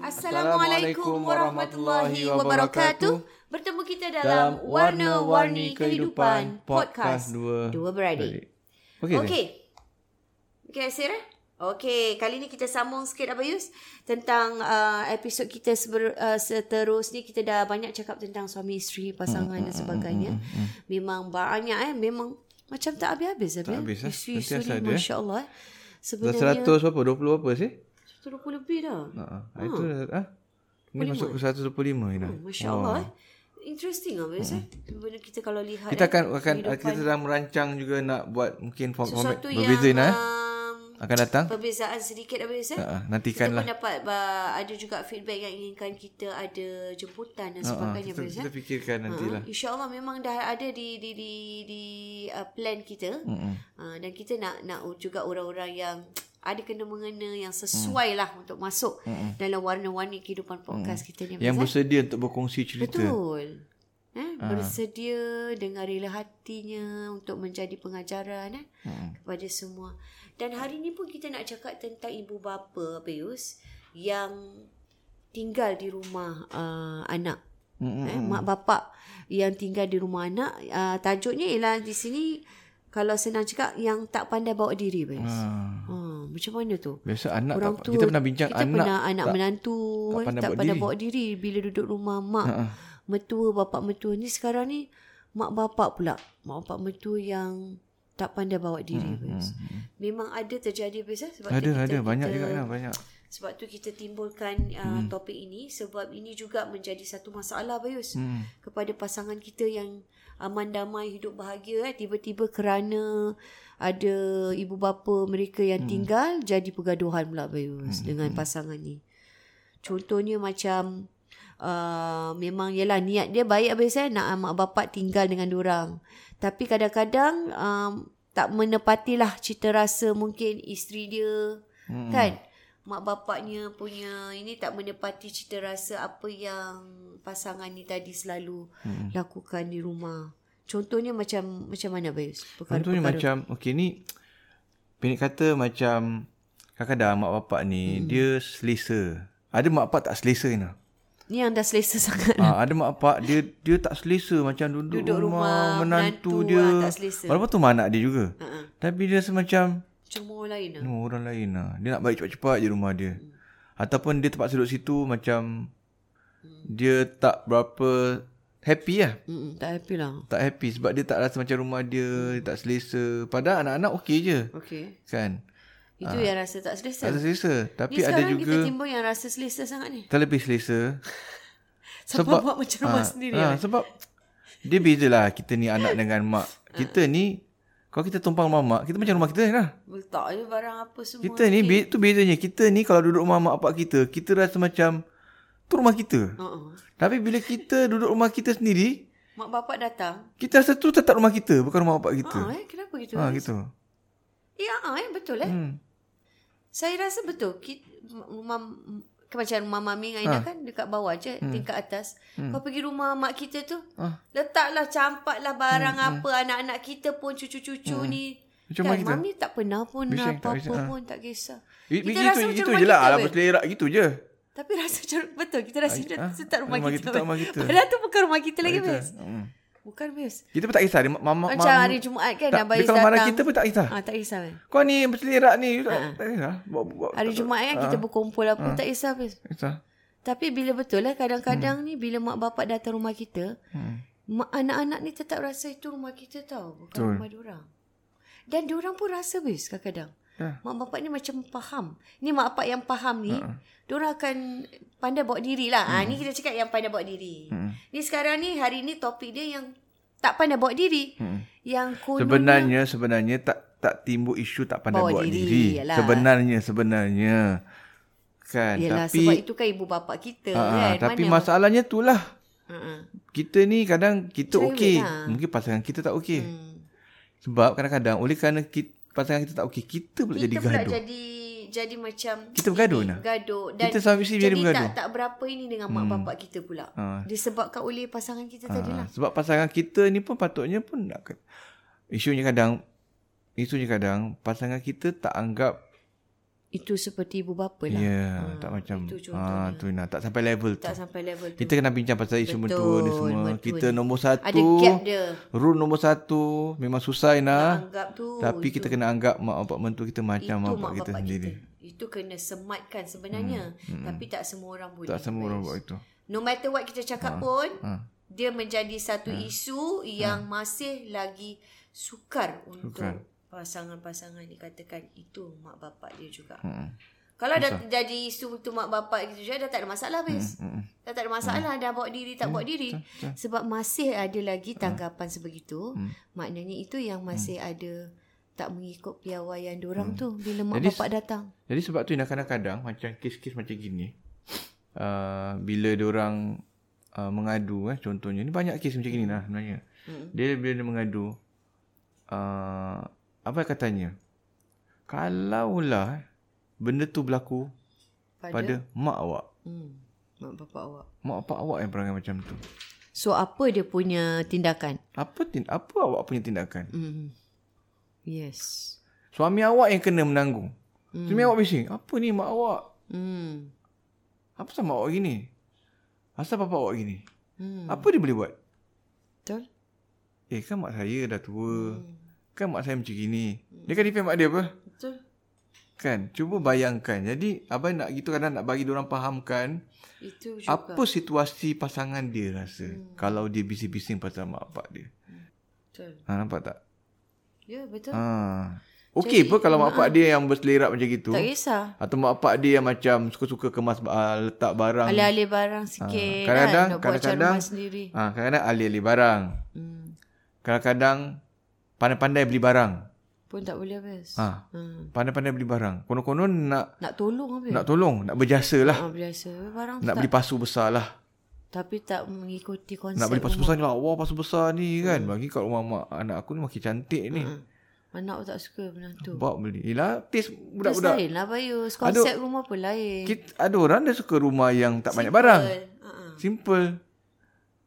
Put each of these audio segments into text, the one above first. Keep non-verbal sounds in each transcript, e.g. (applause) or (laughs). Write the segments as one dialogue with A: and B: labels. A: Assalamualaikum warahmatullahi wabarakatuh. Bertemu kita dalam Warna-Warni Kehidupan Podcast Dua, dua Beradik. Okey. Okey. Okey, Sarah. Okey, kali ni kita sambung sikit apa Yus tentang uh, episod kita seber, uh, seterusnya kita dah banyak cakap tentang suami isteri,
B: Mm,
A: pasangan hmm, dan sebagainya. Hmm, hmm, hmm. Memang banyak eh, memang macam tak habis-habis
B: Tak habis eh.
A: Isteri, isteri masya-Allah. Eh.
B: Sebenarnya dah 100 apa 20 apa sih?
A: 120 lebih dah.
B: Ha. ha. Itu dah
A: Hmm.
B: ha? Ini 25. masuk ke 125
A: Ina. Oh, Masya-Allah. Oh. Eh. Interesting lah biasa. Hmm. Bila kita kalau lihat
B: Mm-hmm. kita akan eh, akan kehidupan. kita sedang merancang juga nak buat mungkin format Sesuatu berbeza Ina. Um, akan datang
A: perbezaan sedikit apa biasa.
B: Ha, nantikanlah.
A: Kita pun dapat uh, ada juga feedback yang inginkan kita ada jemputan dan sebagainya
B: ha, kita, kita fikirkan nantilah.
A: Ha, Insya-Allah memang dah ada di di di di uh, plan kita. Hmm. Uh, dan kita nak nak juga orang-orang yang ada kena mengena yang sesuai lah hmm. untuk masuk hmm. dalam warna-warni kehidupan podcast hmm. kita ni.
B: Yang bersedia untuk berkongsi cerita.
A: Betul. Eh, ha. Bersedia dengan rela hatinya untuk menjadi pengajaran eh, hmm. kepada semua. Dan hari ni pun kita nak cakap tentang ibu bapa, Pius, yang tinggal di rumah uh, anak. Hmm. Eh, mak bapak yang tinggal di rumah anak. Uh, tajuknya ialah di sini kalau senang cakap yang tak pandai bawa diri bes. Ha. ha macam mana tu?
B: Biasa anak Orang tak, tua, kita pernah bincang
A: kita
B: anak
A: pernah anak tak, menantu tak pandai, tak bawa, pandai diri. bawa diri bila duduk rumah mak. Ha. Mertua bapak mertua ni sekarang ni mak bapak pula. Mak bapak mertua yang tak pandai bawa diri hmm, bes. Hmm, Memang ada terjadi bes eh? sebab
B: ada kita, ada banyak kita, juga lah banyak.
A: Sebab tu kita timbulkan uh, hmm. topik ini sebab ini juga menjadi satu masalah Bayus hmm. kepada pasangan kita yang aman damai hidup bahagia eh tiba-tiba kerana ada ibu bapa mereka yang tinggal hmm. jadi pergaduhan pula Bayus hmm. dengan pasangan ni. Contohnya macam uh, memang ialah niat dia baik Bayus eh nak mak bapak tinggal dengan orang. Tapi kadang-kadang um, tak menepatilah cita rasa mungkin isteri dia hmm. kan mak bapaknya punya ini tak menepati cita rasa apa yang pasangan ni tadi selalu hmm. lakukan di rumah. Contohnya macam macam mana Bayus?
B: Perkara, Contohnya perkara. macam okey ni pendek kata macam kadang-kadang mak bapak ni hmm. dia selesa. Ada mak bapak tak selesa ni.
A: Ni yang dah selesa (laughs) sangat.
B: Ha, ada mak pak dia dia tak selesa macam duduk, duduk rumah, rumah menantu, menantu dia. Ha, tak selesa. Walaupun tu anak dia juga. Uh-uh. Tapi dia semacam
A: Cuma orang lain lah.
B: No, orang lain lah. Dia nak balik cepat-cepat je rumah dia. Hmm. Ataupun dia tempat duduk situ macam hmm. dia tak berapa happy lah.
A: Hmm, tak happy lah.
B: Tak happy sebab dia tak rasa macam rumah dia, hmm. dia tak selesa. Padahal anak-anak okey je.
A: Okey.
B: Kan?
A: Itu ha. yang rasa tak selesa.
B: Tak selesa. Tapi ni ada juga...
A: kita timbul yang rasa selesa sangat ni.
B: Terlebih selesa.
A: sebab, sebab buat macam rumah ha, sendiri.
B: Ha, lah. Sebab dia beza lah kita ni anak dengan mak. Kita ha. ni kalau kita tumpang mamak, kita macam rumah kita ni lah.
A: Letak je barang apa semua.
B: Kita ni, be, tu bezanya. Kita ni kalau duduk rumah mak pak kita,
A: Ha.
B: kita rasa macam, tu rumah kita. Uh-uh. Tapi bila kita duduk rumah kita sendiri,
A: Ah, Mak bapak datang.
B: Kita rasa tu tetap rumah kita, bukan rumah bapak kita.
A: Ah, eh, kenapa gitu?
B: Ha, gitu.
A: Eh, ah, eh, betul eh.
B: Hmm.
A: Saya rasa betul. Kita, rumah ke macam rumah mami dengan Aina ha. kan dekat bawah je hmm. tingkat atas. Hmm. Kau pergi rumah mak kita tu,
B: Ah.
A: letaklah campatlah barang hmm. apa anak-anak kita pun cucu-cucu hmm. ni. kan,
B: Macam rumah kita.
A: mami tak pernah pun
B: Bising, tak
A: apa-apa
B: bising, ah.
A: pun tak kisah. Kita
B: Eh, Kita
A: rasa
B: gitu,
A: macam
B: gitu
A: rumah kita
B: je lah.
A: eh?
B: Alah,
A: weh.
B: berselerak gitu je.
A: Tapi rasa macam betul kita rasa
B: Ai-
A: dah
B: ah,
A: tetap rumah,
B: rumah
A: kita.
B: kita, tak rumah kita.
A: Padahal tu bukan rumah kita lagi,
B: Kita,
A: Bes.
B: hmm.
A: Bukan, Bes.
B: kita pun tak kisah. Dia, ma- mama,
A: Macam
B: mama-
A: hari Jumaat kan
B: tak,
A: Abang
B: Dia
A: Iz
B: kalau marah
A: datang.
B: kita pun tak kisah.
A: Ah, tak kisah, Bes.
B: Kau ni berselerak ni. Tak, tak kisah. Buat- buat-
A: Hari
B: tak-
A: Jumaat kan kita
B: ah,
A: berkumpul apa tak kisah, Bes.
B: Kisah.
A: Tapi bila betul lah kadang-kadang hmm. ni bila mak bapak datang rumah kita,
B: Hmm.
A: mak anak-anak ni tetap rasa itu rumah kita tau, bukan
B: Betul.
A: Betul. rumah diorang. Dan diorang pun rasa bis kadang-kadang.
B: Ya.
A: Mak bapak ni macam faham. Ni mak bapak yang faham ni, uh-uh. diorang akan pandai bawa diri lah. Hmm. Ha, ni kita cakap yang pandai bawa diri. Hmm. Ni sekarang ni hari ni topik dia yang tak pandai bawa diri. Hmm. Yang konon
B: Sebenarnya sebenarnya tak tak timbul isu tak pandai
A: Bawa
B: buat
A: diri,
B: diri.
A: yalah.
B: Sebenarnya sebenarnya kan
A: Yalah,
B: tapi
A: sebab itu kan ibu bapak kita
B: ah, ah,
A: kan.
B: tapi masalahnya itulah
A: uh-uh.
B: kita ni kadang kita
A: Cerewet
B: okey
A: lah.
B: mungkin pasangan kita tak okey hmm.
A: hmm.
B: sebab kadang-kadang oleh kerana kita, pasangan kita tak okey kita pula jadi
A: kita pula
B: gaduh
A: jadi jadi macam
B: Kita bergaduh, Nah.
A: bergaduh dan
B: Kita suami isteri jadi
A: jadi
B: bergaduh.
A: tak tak berapa ini dengan mak bapak kita pula
B: Ha.
A: disebabkan oleh pasangan kita tadi
B: Ah,
A: lah
B: sebab pasangan kita ni pun patutnya pun nak ke- isunya kadang isunya kadang pasangan kita tak anggap
A: itu seperti ibu bapa
B: ya
A: lah
B: yeah, tak macam
A: itu
B: ah
A: contohnya.
B: tu nah tak sampai level tu
A: tak sampai level tu
B: Kita kena bincang pasal isu mentua ni semua.
A: mentua
B: Kita
A: ni.
B: nombor satu.
A: ada gap dia
B: Rule nombor satu. Memang susah Ina.
A: anggap tu
B: ah. Tapi kita kena anggap mak bapak mentua kita macam mak bapak kita sendiri.
A: itu kena sematkan sebenarnya hmm. Hmm. tapi tak semua orang boleh
B: Tak semua orang buat itu.
A: no matter what kita cakap ha. pun
B: Ha.
A: dia menjadi satu ha.
B: Hmm.
A: isu yang ha. masih lagi sukar untuk
B: Sukar.
A: sukar. pasangan-pasangan dikatakan itu mak bapak dia juga. Ha.
B: Hmm.
A: Kalau dah jadi isu untuk mak bapak kita juga dah tak ada masalah habis.
B: Hmm.
A: Dah tak ada masalah dah bawa diri tak bawa diri. Sebab masih ada
B: Hmm.
A: lagi tanggapan sebegitu. Maknanya itu yang masih ada tak mengikut piawaian diorang tu bila mak
B: Hmm. Jadi,
A: bapak datang.
B: Jadi sebab tu Ina kadang-kadang macam kes-kes macam gini. Uh, bila orang uh, mengadu eh, contohnya. Ni banyak kes macam gini lah sebenarnya.
A: Hmm.
B: Dia bila dia mengadu. Uh, apa katanya? Kalaulah eh, benda tu berlaku pada mak awak.
A: Hmm, mak bapak awak.
B: Mak bapak awak yang perangai macam tu.
A: So apa dia punya tindakan?
B: Apa tin apa awak punya tindakan?
A: Hmm. Yes.
B: Suami awak yang kena menanggung. Hmm. Suami awak bising. Apa ni mak awak?
A: Hmm.
B: Apa sama awak gini? Asal bapak awak gini?
A: Hmm.
B: Hmm. Apa dia boleh buat?
A: Betul?
B: Eh kan mak saya dah tua. Hmm. Kan mak saya macam gini. Dia
A: Hmm.
B: kan defend mak dia apa?
A: Betul.
B: Kan? Cuba bayangkan. Jadi abang nak gitu kadang nak bagi orang fahamkan
A: Itu juga.
B: apa situasi pasangan dia rasa hmm. kalau dia bising-bising pasal mak bapak dia.
A: Betul.
B: Ha nampak tak?
A: Ya, betul.
B: Ha. Okey pun kalau mak bapak dia yang berselerak macam gitu.
A: Tak ya. kisah.
B: Atau mak pak dia yang macam suka-suka kemas uh, letak barang.
A: Alih-alih barang sikit.
B: Ah, kadang-kadang-
A: kan? Nak buat macam
B: kadang-kadang-
A: rumah sendiri.
B: Ha, kadang-kadang alih-alih barang.
A: Hmm.
B: Kadang-kadang pandai-pandai beli barang.
A: Pun tak boleh habis. Ha.
B: Ha, pandai-pandai beli barang. Konon-konon nak
A: Nak tolong habis.
B: nak tolong, nak berjasa lah.
A: Ha, biasa. Barang
B: Nak
A: tak,
B: beli pasu besar lah.
A: tapi tak mengikuti konsep.
B: Nak beli pasu
A: rumah.
B: besar ni lah. Wah pasu besar ni kan. Bagi kat rumah mak anak aku ni makin cantik ni.
A: Ha. Anak aku tak suka benda tu.
B: Bawa beli. Yelah, taste
A: Terus
B: budak-budak.
A: lain lah Bayus. Konsep rumah pun lain.
B: Kita, ada orang dia suka rumah yang tak banyak barang.
A: Ha.
B: Simple.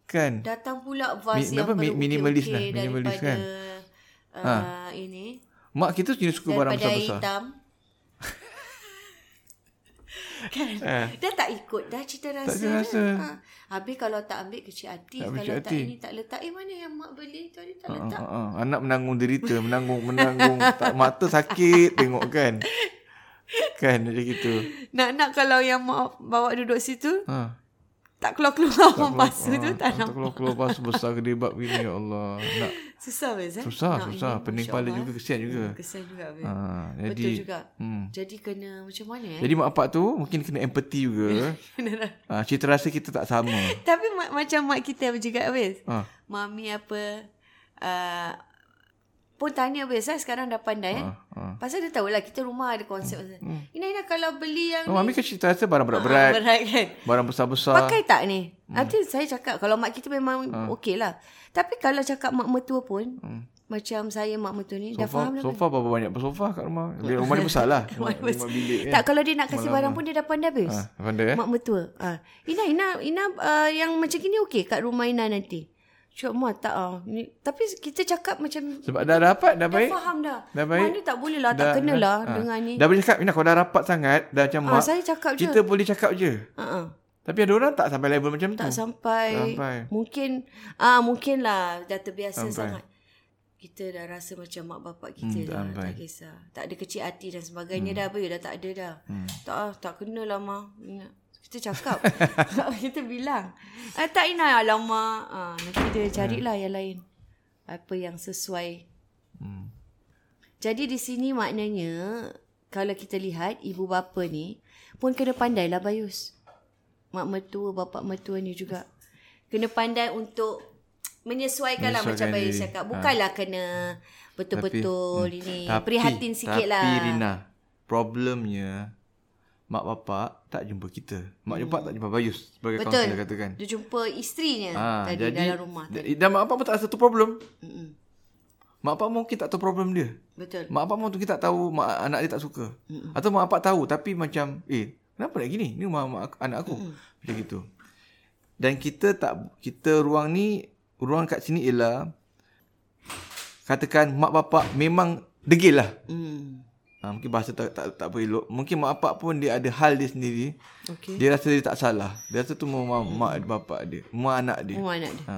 B: Kan?
A: Datang pula vas
B: Mi-
A: yang
B: apa, mi-
A: berukir-ukir
B: minimalis lah, minimalis
A: daripada
B: kan? Ah.
A: uh, ini
B: Mak kita jenis suka barang
A: daripada air
B: besar-besar. (laughs)
A: hitam. kan Dah tak ikut Dah cita rasa
B: cita
A: dah.
B: Eh. rasa.
A: ha. Habis kalau tak ambil Kecil hati
B: Tak
A: Kalau
B: kecil
A: tak
B: hati.
A: ini tak letak Eh mana yang mak beli tu Dia tak
B: Ah,
A: letak
B: ah, ah. Anak menanggung derita, menanggung
A: (laughs)
B: menanggung tak, mata sakit tengok kan. Kan macam gitu.
A: Nak-nak kalau yang mak Bawa duduk situ
B: Ha.
A: Tak keluar-keluar Orang
B: keluar-
A: pasu tu
B: ah,
A: Tak nak
B: keluar keluar pasu besar gede bab gini ya Allah. Nak
A: Susah Bez eh?
B: susah,
A: Nak
B: susah,
A: ini,
B: pening
A: Masya
B: kepala
A: Allah,
B: juga kesian juga.
A: eh. Kesian juga Bez
B: Ha,
A: Betul
B: jadi
A: juga
B: hmm.
A: Jadi kena macam mana eh (laughs)
B: Jadi mak pak tu mungkin kena empathy juga. ha, cita rasa kita tak sama. Ah,
A: Tapi ma- macam mak kita juga Bez
B: Ha.
A: Mami apa uh, pun tanya biasa sekarang dah pandai kan.
B: Ha.
A: Pasal dia tahulah kita rumah ada konsep. Hmm. Ina Ina kalau beli yang
B: Oh, mami kan cerita rasa barang
A: Ah,
B: berat-berat,
A: berat kan.
B: barang besar-besar.
A: Pakai tak ni? Hmm. Nanti saya cakap kalau mak kita memang hmm. okey lah. Tapi kalau cakap mak mertua pun hmm. macam saya mak mertua ni dah
B: Sofa,
A: faham lah.
B: sofa berapa banyak sofa kat rumah? Dia- Rumah dia besar lah. Rumah, rumah bilik kan.
A: Tak kalau dia nak kasih barang pun dia dah pandai habis.
B: Ha, pandai eh.
A: Mak mertua. Ha. Ina, Ina, Ina uh, yang macam gini okey kat rumah Ina nanti. Cakap mak tak ah. Ni, tapi kita cakap macam
B: Sebab dah dapat,
A: dah
B: dah baik.
A: faham dah.
B: Dah baik.
A: Mana tak boleh lah, tak kena lah
B: ha.
A: dengan ni.
B: Dah boleh cakap, Ina kalau dah rapat sangat, dah macam
A: Ah,
B: mak,
A: saya cakap je.
B: kita boleh cakap je.
A: Ha-ha.
B: Tapi ada orang tak sampai level macam
A: Tak
B: tu.
A: sampai,
B: Hmm. Sampai.
A: Mungkin ah mungkin lah Dah terbiasa
B: Sampai.
A: sampai. sangat Kita dah rasa macam Mak bapak kita
B: Hmm,
A: hmm, dah
B: sampai.
A: Tak kisah Tak ada kecil hati dan sebagainya hmm. Dah apa dah tak ada dah hmm. Tak ah, tak kenalah Ma Ina. Kita
B: (laughs)
A: cakap Kita bilang ah, Tak Ina Alamak ah, Nanti dia carilah yang lain Apa yang sesuai
B: Hmm.
A: Jadi di sini maknanya kalau kita lihat ibu bapa ni pun kena pandailah Bayus. Mak mertua, bapak mertua ni juga. Kena pandai untuk menyesuaikan lah macam
B: Menyesuaikan
A: Bayus
B: diri. Ha.
A: cakap. Bukanlah kena betul-betul
B: Tapi- hmm,
A: ini.
B: Tapi-
A: Prihatin sikit
B: tapi,
A: lah.
B: Rina, problemnya mak bapak tak jumpa kita. Mak bapak tak jumpa Bayus
A: Hmm.
B: sebagai
A: Betul.
B: kaunselor katakan.
A: Dia jumpa isterinya
B: Ah,
A: tadi
B: jadi
A: dalam rumah. Tadi.
B: Dan mak bapak pun tak rasa tu problem.
A: Mm-mm.
B: Mak bapak mungkin tak tahu problem dia.
A: Betul.
B: Mak bapak mungkin tak tahu mak anak dia tak suka. Atau mak bapak tahu tapi macam eh kenapa nak gini? Ni rumah mak aku- anak aku. Macam gitu. Dan kita tak kita ruang ni ruang kat sini ialah katakan mak bapak memang degil lah.
A: Hmm.
B: Ha, mungkin bahasa tak, tak, tak apa elok. Mungkin mak bapak pun dia ada hal dia sendiri.
A: Okey.
B: Dia rasa dia tak salah. Dia rasa tu mak, mak bapak dia. Mak anak dia.
A: Oh, anak dia.
B: Ha.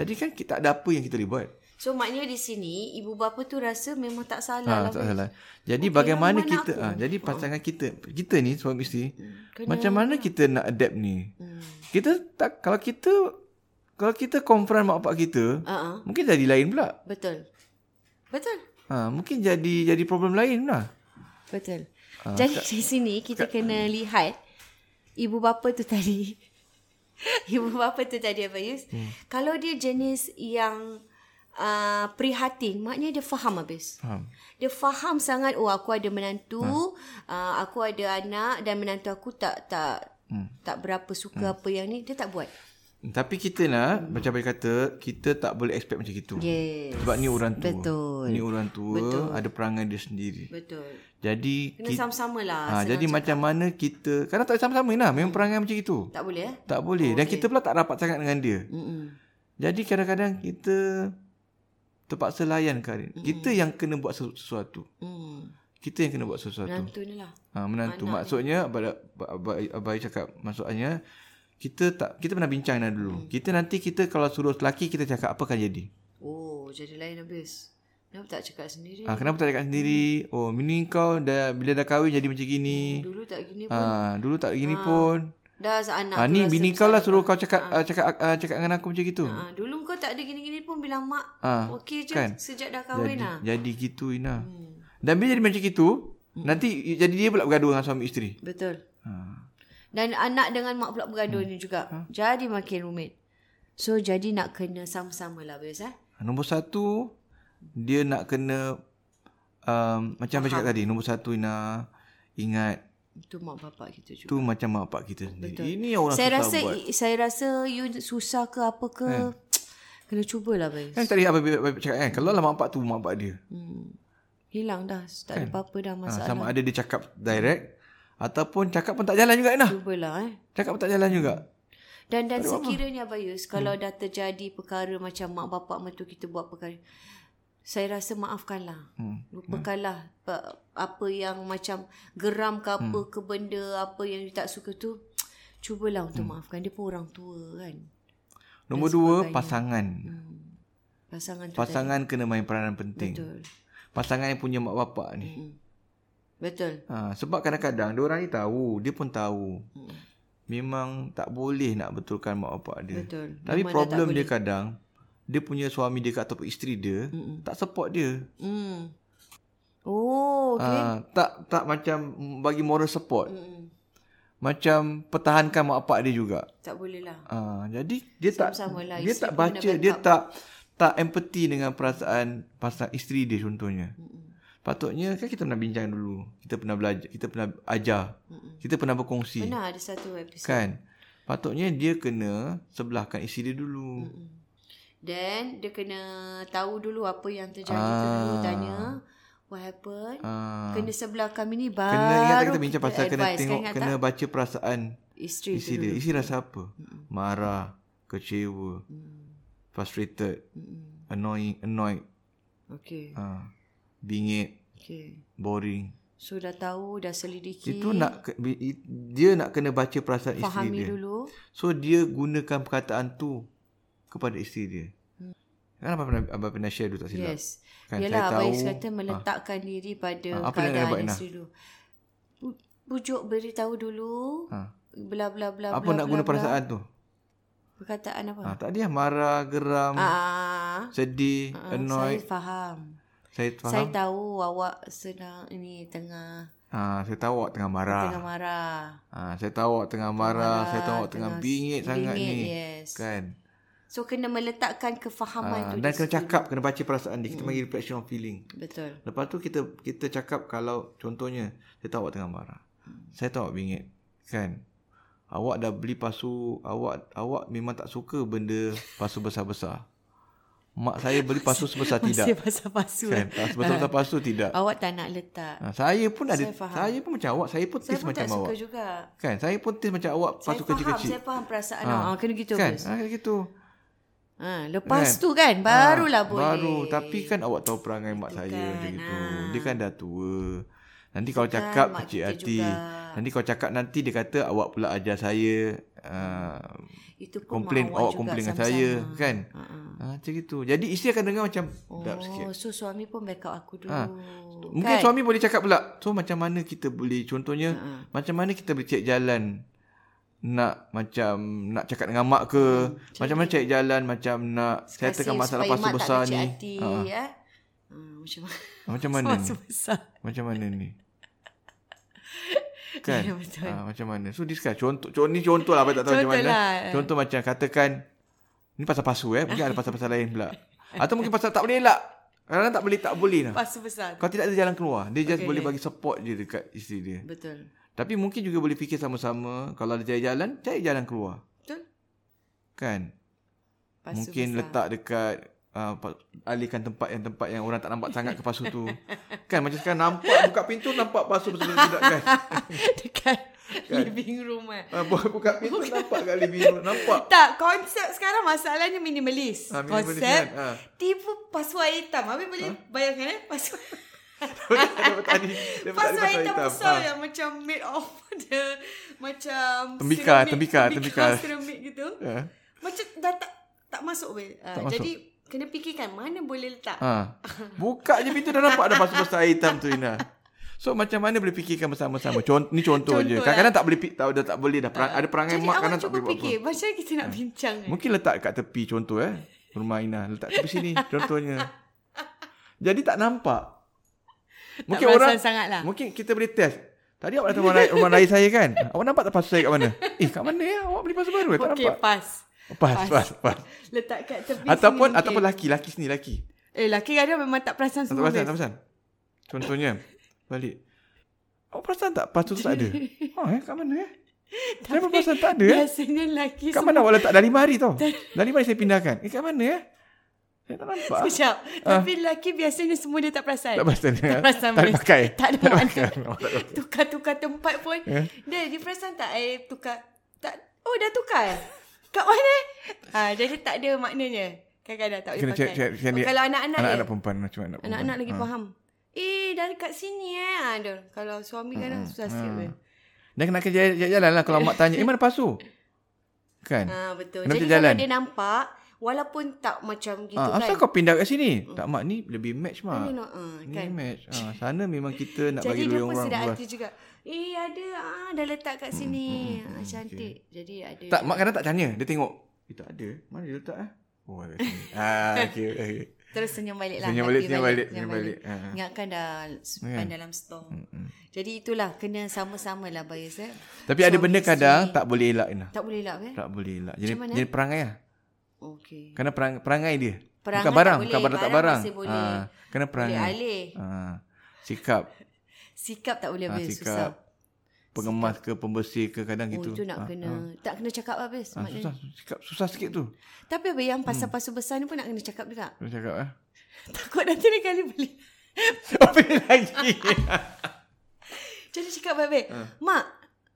B: Jadi kan kita tak ada apa yang kita boleh buat.
A: So maknanya di sini ibu bapa tu rasa memang tak salah
B: Ha,
A: lah.
B: tak salah. Jadi
A: Okey,
B: bagaimana
A: mana aku?
B: kita
A: Hmm.
B: ha, jadi pasangan kita kita ni suami isteri
A: kena-
B: macam mana kita nak adapt ni?
A: Hmm.
B: Kita tak kalau kita kalau kita confront mak bapak kita
A: Uh-huh.
B: mungkin jadi lain pula.
A: Betul. Betul.
B: Ha, mungkin jadi jadi problem lain lah.
A: Betul. Jadi di sini kita kena lihat ibu bapa tu tadi. (laughs) ibu bapa tu tadi Abayus. Hmm. Kalau dia jenis yang uh, prihatin, maknanya dia faham habis.
B: Faham.
A: Dia faham sangat, oh aku ada menantu, uh, aku ada anak dan menantu aku tak tak hmm. tak berapa suka hmm. apa yang ni, dia tak buat.
B: Tapi kita nak hmm. macam saya kata kita tak boleh expect macam itu.
A: Yes.
B: Sebab ni orang tua.
A: Betul.
B: Ni orang tua Betul. ada perangai dia sendiri.
A: Betul.
B: Jadi
A: Kena sama-sama lah.
B: ha, jadi macam mana kita kadang tak sama-sama lah memang perangai macam itu.
A: tak boleh eh?
B: Tak boleh. Dan kita pula tak rapat sangat dengan dia.
A: Mm-mm.
B: Jadi kadang-kadang kita terpaksa layan Karin. Mm-hmm. Kita yang kena buat sesu- sesuatu.
A: Mm.
B: Kita yang kena buat sesuatu.
A: Menantu ni lah.
B: Ha, menantu. Maksudnya abang, abang, abang cakap maksudnya kita tak kita pernah bincang dah dulu. Mm. Kita nanti kita kalau suruh lelaki kita cakap apa akan jadi.
A: Oh, jadi lain habis. Kenapa tak cakap sendiri?
B: Ha, kenapa tak cakap sendiri? Oh, mini kau dah bila dah kahwin jadi macam gini.
A: Dulu tak gini pun.
B: Ha, dulu tak gini pun.
A: Dah anak
B: Ha,
A: tu
B: ni
A: rasa
B: bini kau lah suruh kau cakap ah, cakap ah, cakap dengan aku macam gitu.
A: Ha, dulu kau tak ada gini-gini pun bilang mak.
B: Ah,
A: Okey je
B: kan?
A: sejak dah Oh, kahwin
B: jadi,
A: lah.
B: jadi gitu Ina. Hmm. Dan bila jadi macam gitu, hmm. nanti i- jadi dia pula bergaduh dengan suami isteri.
A: Betul.
B: Ha.
A: Dan anak dengan mak pula bergaduh
B: Hmm.
A: ni juga.
B: Ah.
A: Jadi makin rumit. So, jadi nak kena sama-sama lah biasa. Eh?
B: Nombor satu, dia nak kena um, macam apa cakap tadi, nombor satu Ina ingat
A: Itu mak bapak kita juga.
B: tu macam mak bapak kita sendiri. Betul. Ini orang
A: saya
B: susah
A: rasa
B: buat.
A: saya rasa you susah ke apa ke kena cubalah Bayus.
B: Kan tadi apa bapak cakap kan, kalau lah mak bapak tu mak bapak dia.
A: Hmm. Hilang dah, tak ada apa-apa dah
B: Ha,
A: masalah.
B: sama ada dia cakap direct ataupun cakap pun tak jalan juga Ina.
A: Cubalah eh.
B: Cakap pun tak jalan juga.
A: Dan dan sekiranya Bayus kalau dah terjadi perkara macam mak bapak mentua kita buat perkara saya rasa maafkanlah. Hmm.
B: Hmm.
A: Lupakanlah pa- apa yang macam geram ke apa hmm. ke benda apa yang you tak suka tu. Cubalah untuk hmm. maafkan dia pun orang tua kan.
B: Nombor dua, pasangan.
A: Hmm. Pasangan tu Pasang-
B: Pasangan kena main peranan penting.
A: betul.
B: Pasangan yang punya mak bapak ni.
A: Hmm. Betul.
B: Ha, sebab kadang-kadang dia orang ni tahu, dia pun tahu.
A: Hmm.
B: Memang tak boleh nak betulkan mak bapak dia.
A: Betul.
B: Tapi
A: Memang dah
B: problem
A: tak
B: dia kadang dia punya suami dia ke ataupun isteri dia
A: Mm-mm.
B: tak support dia.
A: Hmm. Oh, okey.
B: Ha, tak tak macam bagi moral support.
A: Hmm.
B: Macam pertahankan mak bapak dia juga.
A: Tak boleh lah.
B: Ha, jadi dia tak
A: Sama-sama lah.
B: dia
A: Isteri
B: tak
A: pun kena
B: baca, dia
A: backup.
B: tak tak empati dengan perasaan pasal isteri dia contohnya. Patutnya kan kita pernah bincang dulu. Kita pernah belajar, kita pernah ajar. Kita pernah berkongsi.
A: Pernah Hmm. ada satu episod.
B: Kan? Patutnya dia kena sebelahkan isteri dia dulu.
A: Then dia kena tahu dulu apa yang terjadi ah. tu dulu tanya what happened.
B: Ah.
A: Kena sebelah kami ni baru
B: Kena ingat tak kita bincang pasal kena
A: advise.
B: tengok,
A: kan, ingat
B: kena
A: tak?
B: baca perasaan
A: isteri tu
B: isteri dia.
A: dulu.
B: Isteri rasa apa? Marah, kecewa, frustrated,
A: Mm-mm.
B: annoying, annoyed,
A: Okay.
B: ah, bingit,
A: Okay.
B: boring.
A: So dah tahu dah selidiki.
B: Itu nak ke- bi- i- dia nak kena baca perasaan isteri
A: fahami
B: dia.
A: dulu.
B: So dia gunakan perkataan tu kepada isteri dia. Kan abang pernah abang pernah share dulu tak silap.
A: Hmm. Yes.
B: Kan, saya
A: Yalah
B: tahu-
A: abang Yus kata meletakkan diri pada
B: Ah, apa yang dia buat,
A: keadaan
B: Nah?
A: isteri dulu. Bu- Bujuk beritahu dulu.
B: Ah.
A: Bla bla bla
B: Apa
A: bla,
B: nak
A: bla,
B: guna
A: bla.
B: perasaan tu?
A: Perkataan apa?
B: Ha, tak dia marah, geram,
A: Ah.
B: sedih,
A: ah,
B: annoyed.
A: Saya faham.
B: Saya,
A: Saya
B: faham.
A: tahu awak sedang ini tengah
B: Ah, saya tahu awak tengah marah.
A: tengah marah.
B: Ha, saya tahu awak tengah marah, saya tahu awak tengah, bingit sangat
A: bingit,
B: ni.
A: yes.
B: Kan?
A: So kena meletakkan
B: Ha,
A: kefahaman ha, tu.
B: dan
A: di-
B: kena cakap, kena baca perasaan dia. Kita
A: Hmm.
B: panggil reflection on feeling.
A: Betul.
B: Lepas tu kita kita cakap kalau contohnya saya tahu awak tengah marah.
A: Hmm.
B: Saya tahu awak bingit kan. Awak dah beli pasu, awak awak memang tak suka benda pasu besar-besar. Mak saya beli pasu sebesar
A: Masih
B: tidak.
A: basuh-basuh.
B: Kan? Sebesar-besar pasu tidak.
A: Awak tak nak letak.
B: Ha, saya pun ada
A: Saya
B: saya,
A: faham.
B: pun macam awak, saya pun
A: Saya
B: taste
A: pun tak
B: macam awak.
A: suka juga.
B: Kan? Saya pun taste macam awak pasu
A: saya faham,
B: kecil-kecil.
A: saya faham perasaan awak. Ha, kena gitu.
B: kan?
A: Bos.
B: Ha, gitu. Ah,
A: Ha, lepas tu kan barulah boleh. ah.
B: Baru Tapi kan awak tahu perangai mak saya macam gitu. Dia kan dah tua. Nanti kalau cakap
A: kan mak
B: kecil
A: kita
B: hati.
A: juga.
B: Nanti kalau cakap nanti dia kata awak pula ajar saya. Uh,
A: itu pun
B: komplain
A: mak
B: awak
A: juga
B: komplain dengan
A: sama-sama.
B: saya kan.
A: Ha-ha.
B: Ha, macam gitu. Jadi isteri akan dengar macam oh. sedap sikit.
A: Oh, so suami pun back up aku dulu.
B: Ha. Mungkin
A: Kan? Ah,
B: suami boleh cakap pula. So macam mana kita boleh contohnya
A: Ha-ha.
B: macam mana kita boleh cek jalan nak macam nak cakap dengan mak ke macam mana cek jalan macam nak
A: Hmm, Kasih
B: settlekan masalah
A: supaya
B: pasu
A: mak tak
B: besar
A: kecil
B: ni
A: Hati,
B: Ha.
A: ya? Ha, macam (laughs) mana?
B: Macam mana ni?
A: Pasu besar.
B: Macam mana ni?
A: (laughs)
B: Kan?
A: Ya, betul.
B: Ha, macam mana? So discuss. Contoh, contoh ni contoh lah. Abang tak tahu macam
A: Contoh
B: mana.
A: lah.
B: Contoh macam katakan. Ni pasal pasu eh. Mungkin ada
A: (laughs)
B: pasal-pasal lain pula. Atau mungkin pasal tak boleh elak. Kadang-kadang tak boleh, tak boleh lah.
A: Pasu besar.
B: Kalau tidak ada jalan keluar. Dia just
A: Okay.
B: okay. boleh bagi support je dekat isteri dia.
A: Betul.
B: Tapi mungkin juga boleh fikir sama-sama. Kalau ada cari jalan, cari jalan keluar.
A: Betul.
B: Kan?
A: Pasu
B: mungkin
A: besar.
B: letak dekat uh, alihkan tempat yang tempat yang orang tak nampak sangat ke pasu
A: (laughs)
B: tu. kan macam sekarang nampak buka pintu nampak pasu betul tidak
A: (laughs)
B: kan.
A: (laughs) dekat living room eh.
B: Ah, bu- buka pintu nampak kat living room
A: (laughs)
B: nampak.
A: Tak, konsep sekarang masalahnya minimalis.
B: Ah, minimalis
A: konsep
B: kan, ah.
A: tipu pasu air hitam. Habis boleh bayangkan eh pasu
B: (laughs) Daripada tadi daripada
A: pasu
B: tadi
A: air hitam besar
B: Ah.
A: yang macam made of (laughs) the macam seramik-
B: Tembikar, tembikar, tembikar.
A: seramik gitu.
B: Ah.
A: Macam dah tak tak masuk weh. Ah,
B: Tak masuk.
A: jadi kena fikirkan mana boleh letak.
B: Ah. Buka je pintu dah nampak dah pasu besar air hitam tu Ina. So macam mana boleh fikirkan bersama-sama. Contoh ni
A: Contoh
B: contoh, je.
A: lah. Ah.
B: Kadang-kadang tak boleh pi- tak ada tak boleh dah perang, ada perangai
A: Jadi
B: mak
A: awak
B: kadang tak
A: cuba
B: boleh buat apa. Ah.
A: fikir macam kita nak bincang kan.
B: Mungkin letak kat tepi contoh eh. Rumah Ina letak tepi
A: (laughs)
B: sini contohnya. Jadi tak nampak. Mungkin
A: perasan
B: orang
A: sangat lah.
B: Mungkin kita boleh test. Tadi awak datang rumah raya, rumah raya saya kan? Awak nampak tak pasu saya kat mana? Eh, kat mana ya? Awak beli pasu baru eh? Tak
A: Okey,
B: nampak.
A: pas.
B: Pas,
A: pas.
B: pas, pas.
A: Letak kat tepi
B: Ataupun
A: sini mungkin.
B: ataupun laki, laki sini laki.
A: Eh, laki kadang memang tak perasan
B: Tak
A: semua.
B: perasan, tak
A: best.
B: perasan. Contohnya, balik. Awak perasan tak pasu tu tak
A: (laughs)
B: ada? Ha, eh, kat mana eh? Kenapa perasan tak ada eh?
A: Biasanya lelaki
B: Kat mana awak letak? Dah lima hari tau. Dah lima hari saya pindahkan. Eh, kat mana eh? Saya tak nampak.
A: (laughs) Sekejap. Tapi lelaki biasanya semua dia tak perasan.
B: Ah. Tak perasan. eh?
A: Tak perasan,
B: Tak ada
A: best.
B: pakai.
A: Tak ada
B: Tak ada
A: makna.
B: pakai. Eh? Awak
A: (laughs)
B: tak-
A: Tukar-tukar tempat pun.
B: Eh?
A: Dia, dia perasan tak air tukar? Tak. Oh, dah tukar? Kat mana? Ha, jadi tak ada maknanya. Kadang-kadang tak boleh
B: Kena
A: pakai.
B: check, check, check
A: oh,
B: dia.
A: kalau anak-anak
B: Anak-anak
A: dia.
B: perempuan macam anak perempuan.
A: Anak-anak lagi
B: Ha.
A: faham. Eh, dah dekat sini eh. Ha, dia. Kalau suami kadang susah sikit. eh. pun.
B: Dia ah. kena kerja jalan lah kalau
A: (laughs)
B: mak tanya, "Eh mana pasu?" Kan?
A: Ha, betul.
B: Kenapa
A: Jadi
B: tak
A: kalau
B: jalan?
A: dia nampak, walaupun tak macam gitu
B: Ah,
A: kan.
B: asal kau pindah kat sini? Tak mak ni lebih match
A: Dia
B: mak.
A: nak, ha,
B: Ni
A: kan.
B: match. Ah, sana memang kita nak
A: Jadi
B: bagi
A: dia
B: dulu
A: pun
B: orang Mm,
A: sedap
B: luas.
A: hati juga. Eh ada ah dah letak kat sini. Hmm, ah, cantik. Okay. Jadi ada.
B: Tak mak kadang tak tanya, dia tengok. Eh tak ada. Mana dia letak ah? Oh, kat sini. ah, okey. okey.
A: Terus senyum balik lah.
B: Senyum balik,
A: Happy
B: senyum balik, senyum balik. Ya. Ah.
A: Ingatkan dah simpan dalam store. Jadi itulah kena sama-sama lah bias eh.
B: Tapi ada
A: Suami
B: benda kadang
A: isteri.
B: tak boleh elak Ina.
A: tak boleh lah eh.
B: Tak boleh elak. Jadi
A: Macam mana?
B: jadi perangai lah.
A: Okey.
B: Kerana perang, perangai dia.
A: Perangan
B: bukan barang,
A: tak
B: bukan
A: boleh,
B: barang tak barang.
A: Masih boleh.
B: Ah, kena
A: boleh
B: perangai.
A: alih.
B: Ah, sikap,
A: Sikap tak boleh
B: Ah,
A: habis.
B: sikap.
A: Susah.
B: pengemas ke pembersih ke kadang
A: Oh, itu
B: gitu.
A: nak
B: Ah,
A: kena.
B: ah,
A: Tak kena cakap habis.
B: ah,
A: maknanya.
B: susah, Hmm. sikap susah sikit tu.
A: Tapi habis yang pasal pasu besar ni pun nak kena cakap juga. (laughs)
B: Kena cakap eh.
A: Takut nanti lain kali beli.
B: (laughs) Apa
A: (laughs)
B: lagi?
A: Jadi cakap baik-baik.
B: Ah.
A: Mak,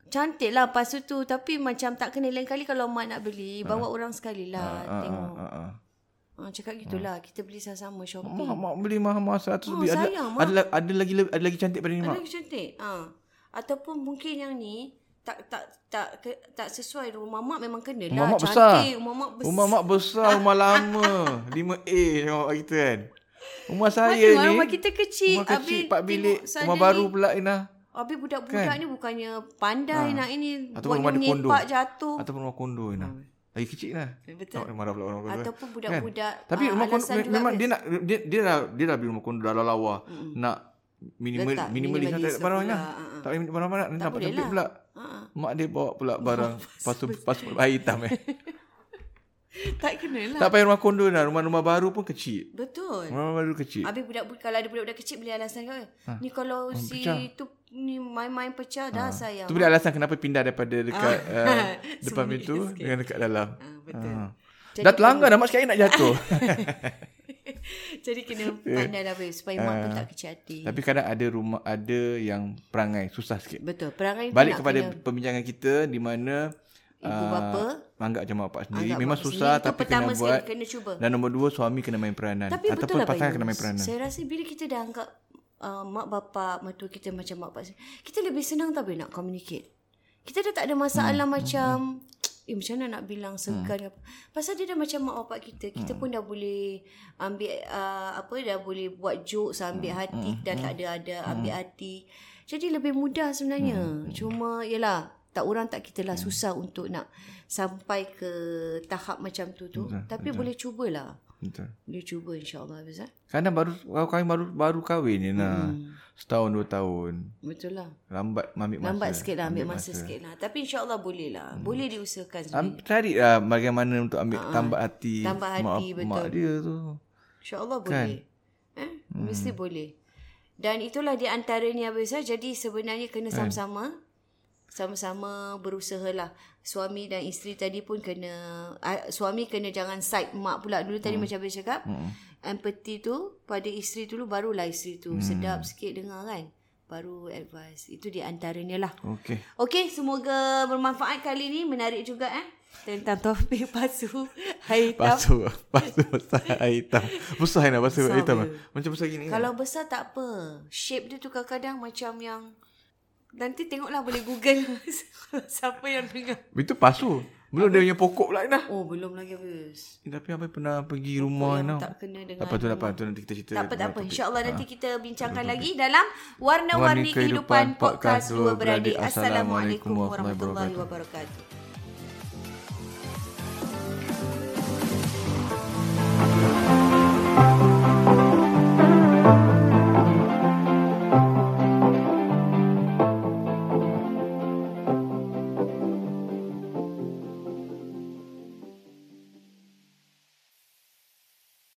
A: cantik lah pasu tu. Tapi macam tak kena lain kali kalau mak nak beli. Bawa orang sekali lah.
B: Ah,
A: tengok.
B: ah, ah, ah.
A: Ah, cakap gitulah. Kita beli sama-sama shopping.
B: Mak, mak beli mahal-mahal 100
A: Oh,
B: lebih. Ada,
A: sayang, Mak.
B: ada, la- ada, lagi ada lagi cantik pada ni,
A: Ada
B: Mak.
A: lagi cantik. Ha. Ataupun mungkin yang ni tak tak tak ke, tak sesuai rumah mak memang kena
B: Rumah
A: lah.
B: mak besar.
A: Cantik, rumah mak besar.
B: Rumah mak besar, rumah lama. 5A tengok kat kita kan. Rumah
A: Mak
B: saya
A: tengok
B: ni.
A: rumah kita kecil.
B: rumah kecil,
A: Habis
B: 4 bilik.
A: tengok
B: Rumah
A: suddenly-
B: baru pula Ina.
A: Habis budak-budak
B: Kan?
A: ni bukannya pandai nak ini. buat
B: Ataupun rumah
A: dia
B: ada kondo.
A: menyepak jatuh.
B: Ataupun rumah kondo Ina. Lagi kecil Ina.
A: Hmm. Betul.
B: Tengok dia marah pula orang kondo. kan.
A: Ataupun budak-budak.
B: Tapi
A: ah,
B: rumah kondo
A: alasan juga
B: memang
A: best.
B: dia nak dia dia dah dia dah beli rumah kondo dah lawa. Nak
A: Hmm.
B: minimal
A: Letak
B: minimalis tak
A: minimalis
B: ada barang Ina.
A: pula, ah, ah.
B: Tak ada barang-barang Ina dapat
A: boleh
B: cantik
A: lah.
B: pula.
A: Ha, ha.
B: Mak dia bawa pula
A: (laughs)
B: barang pasu pasu air hitam eh.
A: (laughs) Tak kena lah.
B: Tak payah rumah kondo dah, rumah-rumah baru pun kecil.
A: Betul.
B: Rumah baru kecil.
A: Habis budak kalau ada budak-budak kecil beli alasan kau. Ha. Ni kalau si
B: Ah. pecah. Ah.
A: tu ni main-main pecah dah sayang.
B: Tu boleh alasan kenapa pindah daripada dekat
A: Ah.
B: uh,
A: (laughs)
B: depan
A: Sembunyi
B: pintu
A: sikit.
B: dengan dekat dalam.
A: Ah, betul.
B: Ah.
A: Jadi
B: Dah terlanggar dah mak sekali nak
A: (laughs)
B: jatuh.
A: Jadi
B: (laughs)
A: kena pandai lah babe, supaya mak pun tak kecil hati.
B: Ah. Tapi kadang ada rumah ada yang perangai susah sikit.
A: Betul. Perangai tu nak
B: Balik kepada
A: kena
B: perbincangan kita di mana
A: ibu bapa
B: anggap macam mak bapak sendiri
A: anggap
B: memang
A: mak
B: susah
A: sendiri. Tu
B: tapi
A: pertama
B: kena
A: sekali
B: buat.
A: kena cuba.
B: Dan nombor dua suami kena main peranan
A: Tapi betul
B: ataupun
A: lah
B: pasangan
A: Pak
B: kena main
A: Yus.
B: peranan.
A: Saya rasa bila kita dah anggap uh, mak bapak mertua kita macam mak bapak kita lebih senang tak boleh nak communicate. Kita dah tak ada masalah hmm. macam eh macam mana nak bilang segan hmm. apa. Pasal dia dah macam mak bapak kita, kita hmm. pun dah boleh ambil uh, apa dah boleh buat jokes ambil hmm. hati hmm. dah tak ada ada ambil hati. Jadi lebih mudah sebenarnya. Hmm. Cuma yalah tak orang tak kita lah susah untuk nak sampai ke tahap macam tu tu.
B: Betul,
A: Tapi boleh cubalah.
B: Betul.
A: Dia cuba insyaAllah Hafiz eh?
B: Kadang baru kahwin baru baru kahwin ni nah.
A: Hmm.
B: Setahun dua tahun.
A: Betul lah
B: Lambat ambil masa.
A: Lambat sikit lah Ambil masa, sikit lah Tapi insyaAllah boleh lah hmm. Boleh diusahakan sebenarnya
B: Am, cari lah bagaimana untuk ambil tambah hati
A: Ah, tambah hati,
B: mak, mak dia tu.
A: InsyaAllah boleh eh? Mesti boleh Dan itulah di antaranya Hafiz eh? Jadi sebenarnya kena sama-sama Sama-sama berusaha lah Suami dan isteri tadi pun kena ah, Suami kena jangan side mak pula Dulu tadi macam Hafiz cakap Empathy tu pada isteri dulu Barulah isteri tu Sedap sikit dengar kan Baru advice Itu di antaranya lah (laughs)
B: Okey.
A: Okey, semoga bermanfaat kali ni. Menarik juga eh. Tentang topik (laughs) pasu air hitam. Pasu.
B: Basuh. Basuh besar air hitam. Besar nak basuh air hitam. Macam besar gini kan?
A: Kalau besar tak apa. Shape dia tu kadang-kadang macam yang... Nanti tengoklah boleh google (laughs) siapa yang dengar.
B: Itu pasu. Belum dia punya pokok pula Inah.
A: Oh, belum lagi habis.
B: Eh, Tapi apa pernah pergi rumah Inah.
A: Tak kena dengan...
B: Lepas tu, lepas tu nanti kita cerita.
A: Tak apa, tak apa.
B: topik. Ah.
A: InsyaAllah nanti kita bincangkan lagi dalam Warna-Warni
B: Warni Kehidupan
A: Kehidupan Podcast
B: Podcast Dua
A: Dua Beradik.
B: Beradik.
A: Assalamualaikum
B: Assalamualaikum
A: warahmatullahi
B: warahmatullahi
A: wabarakatuh.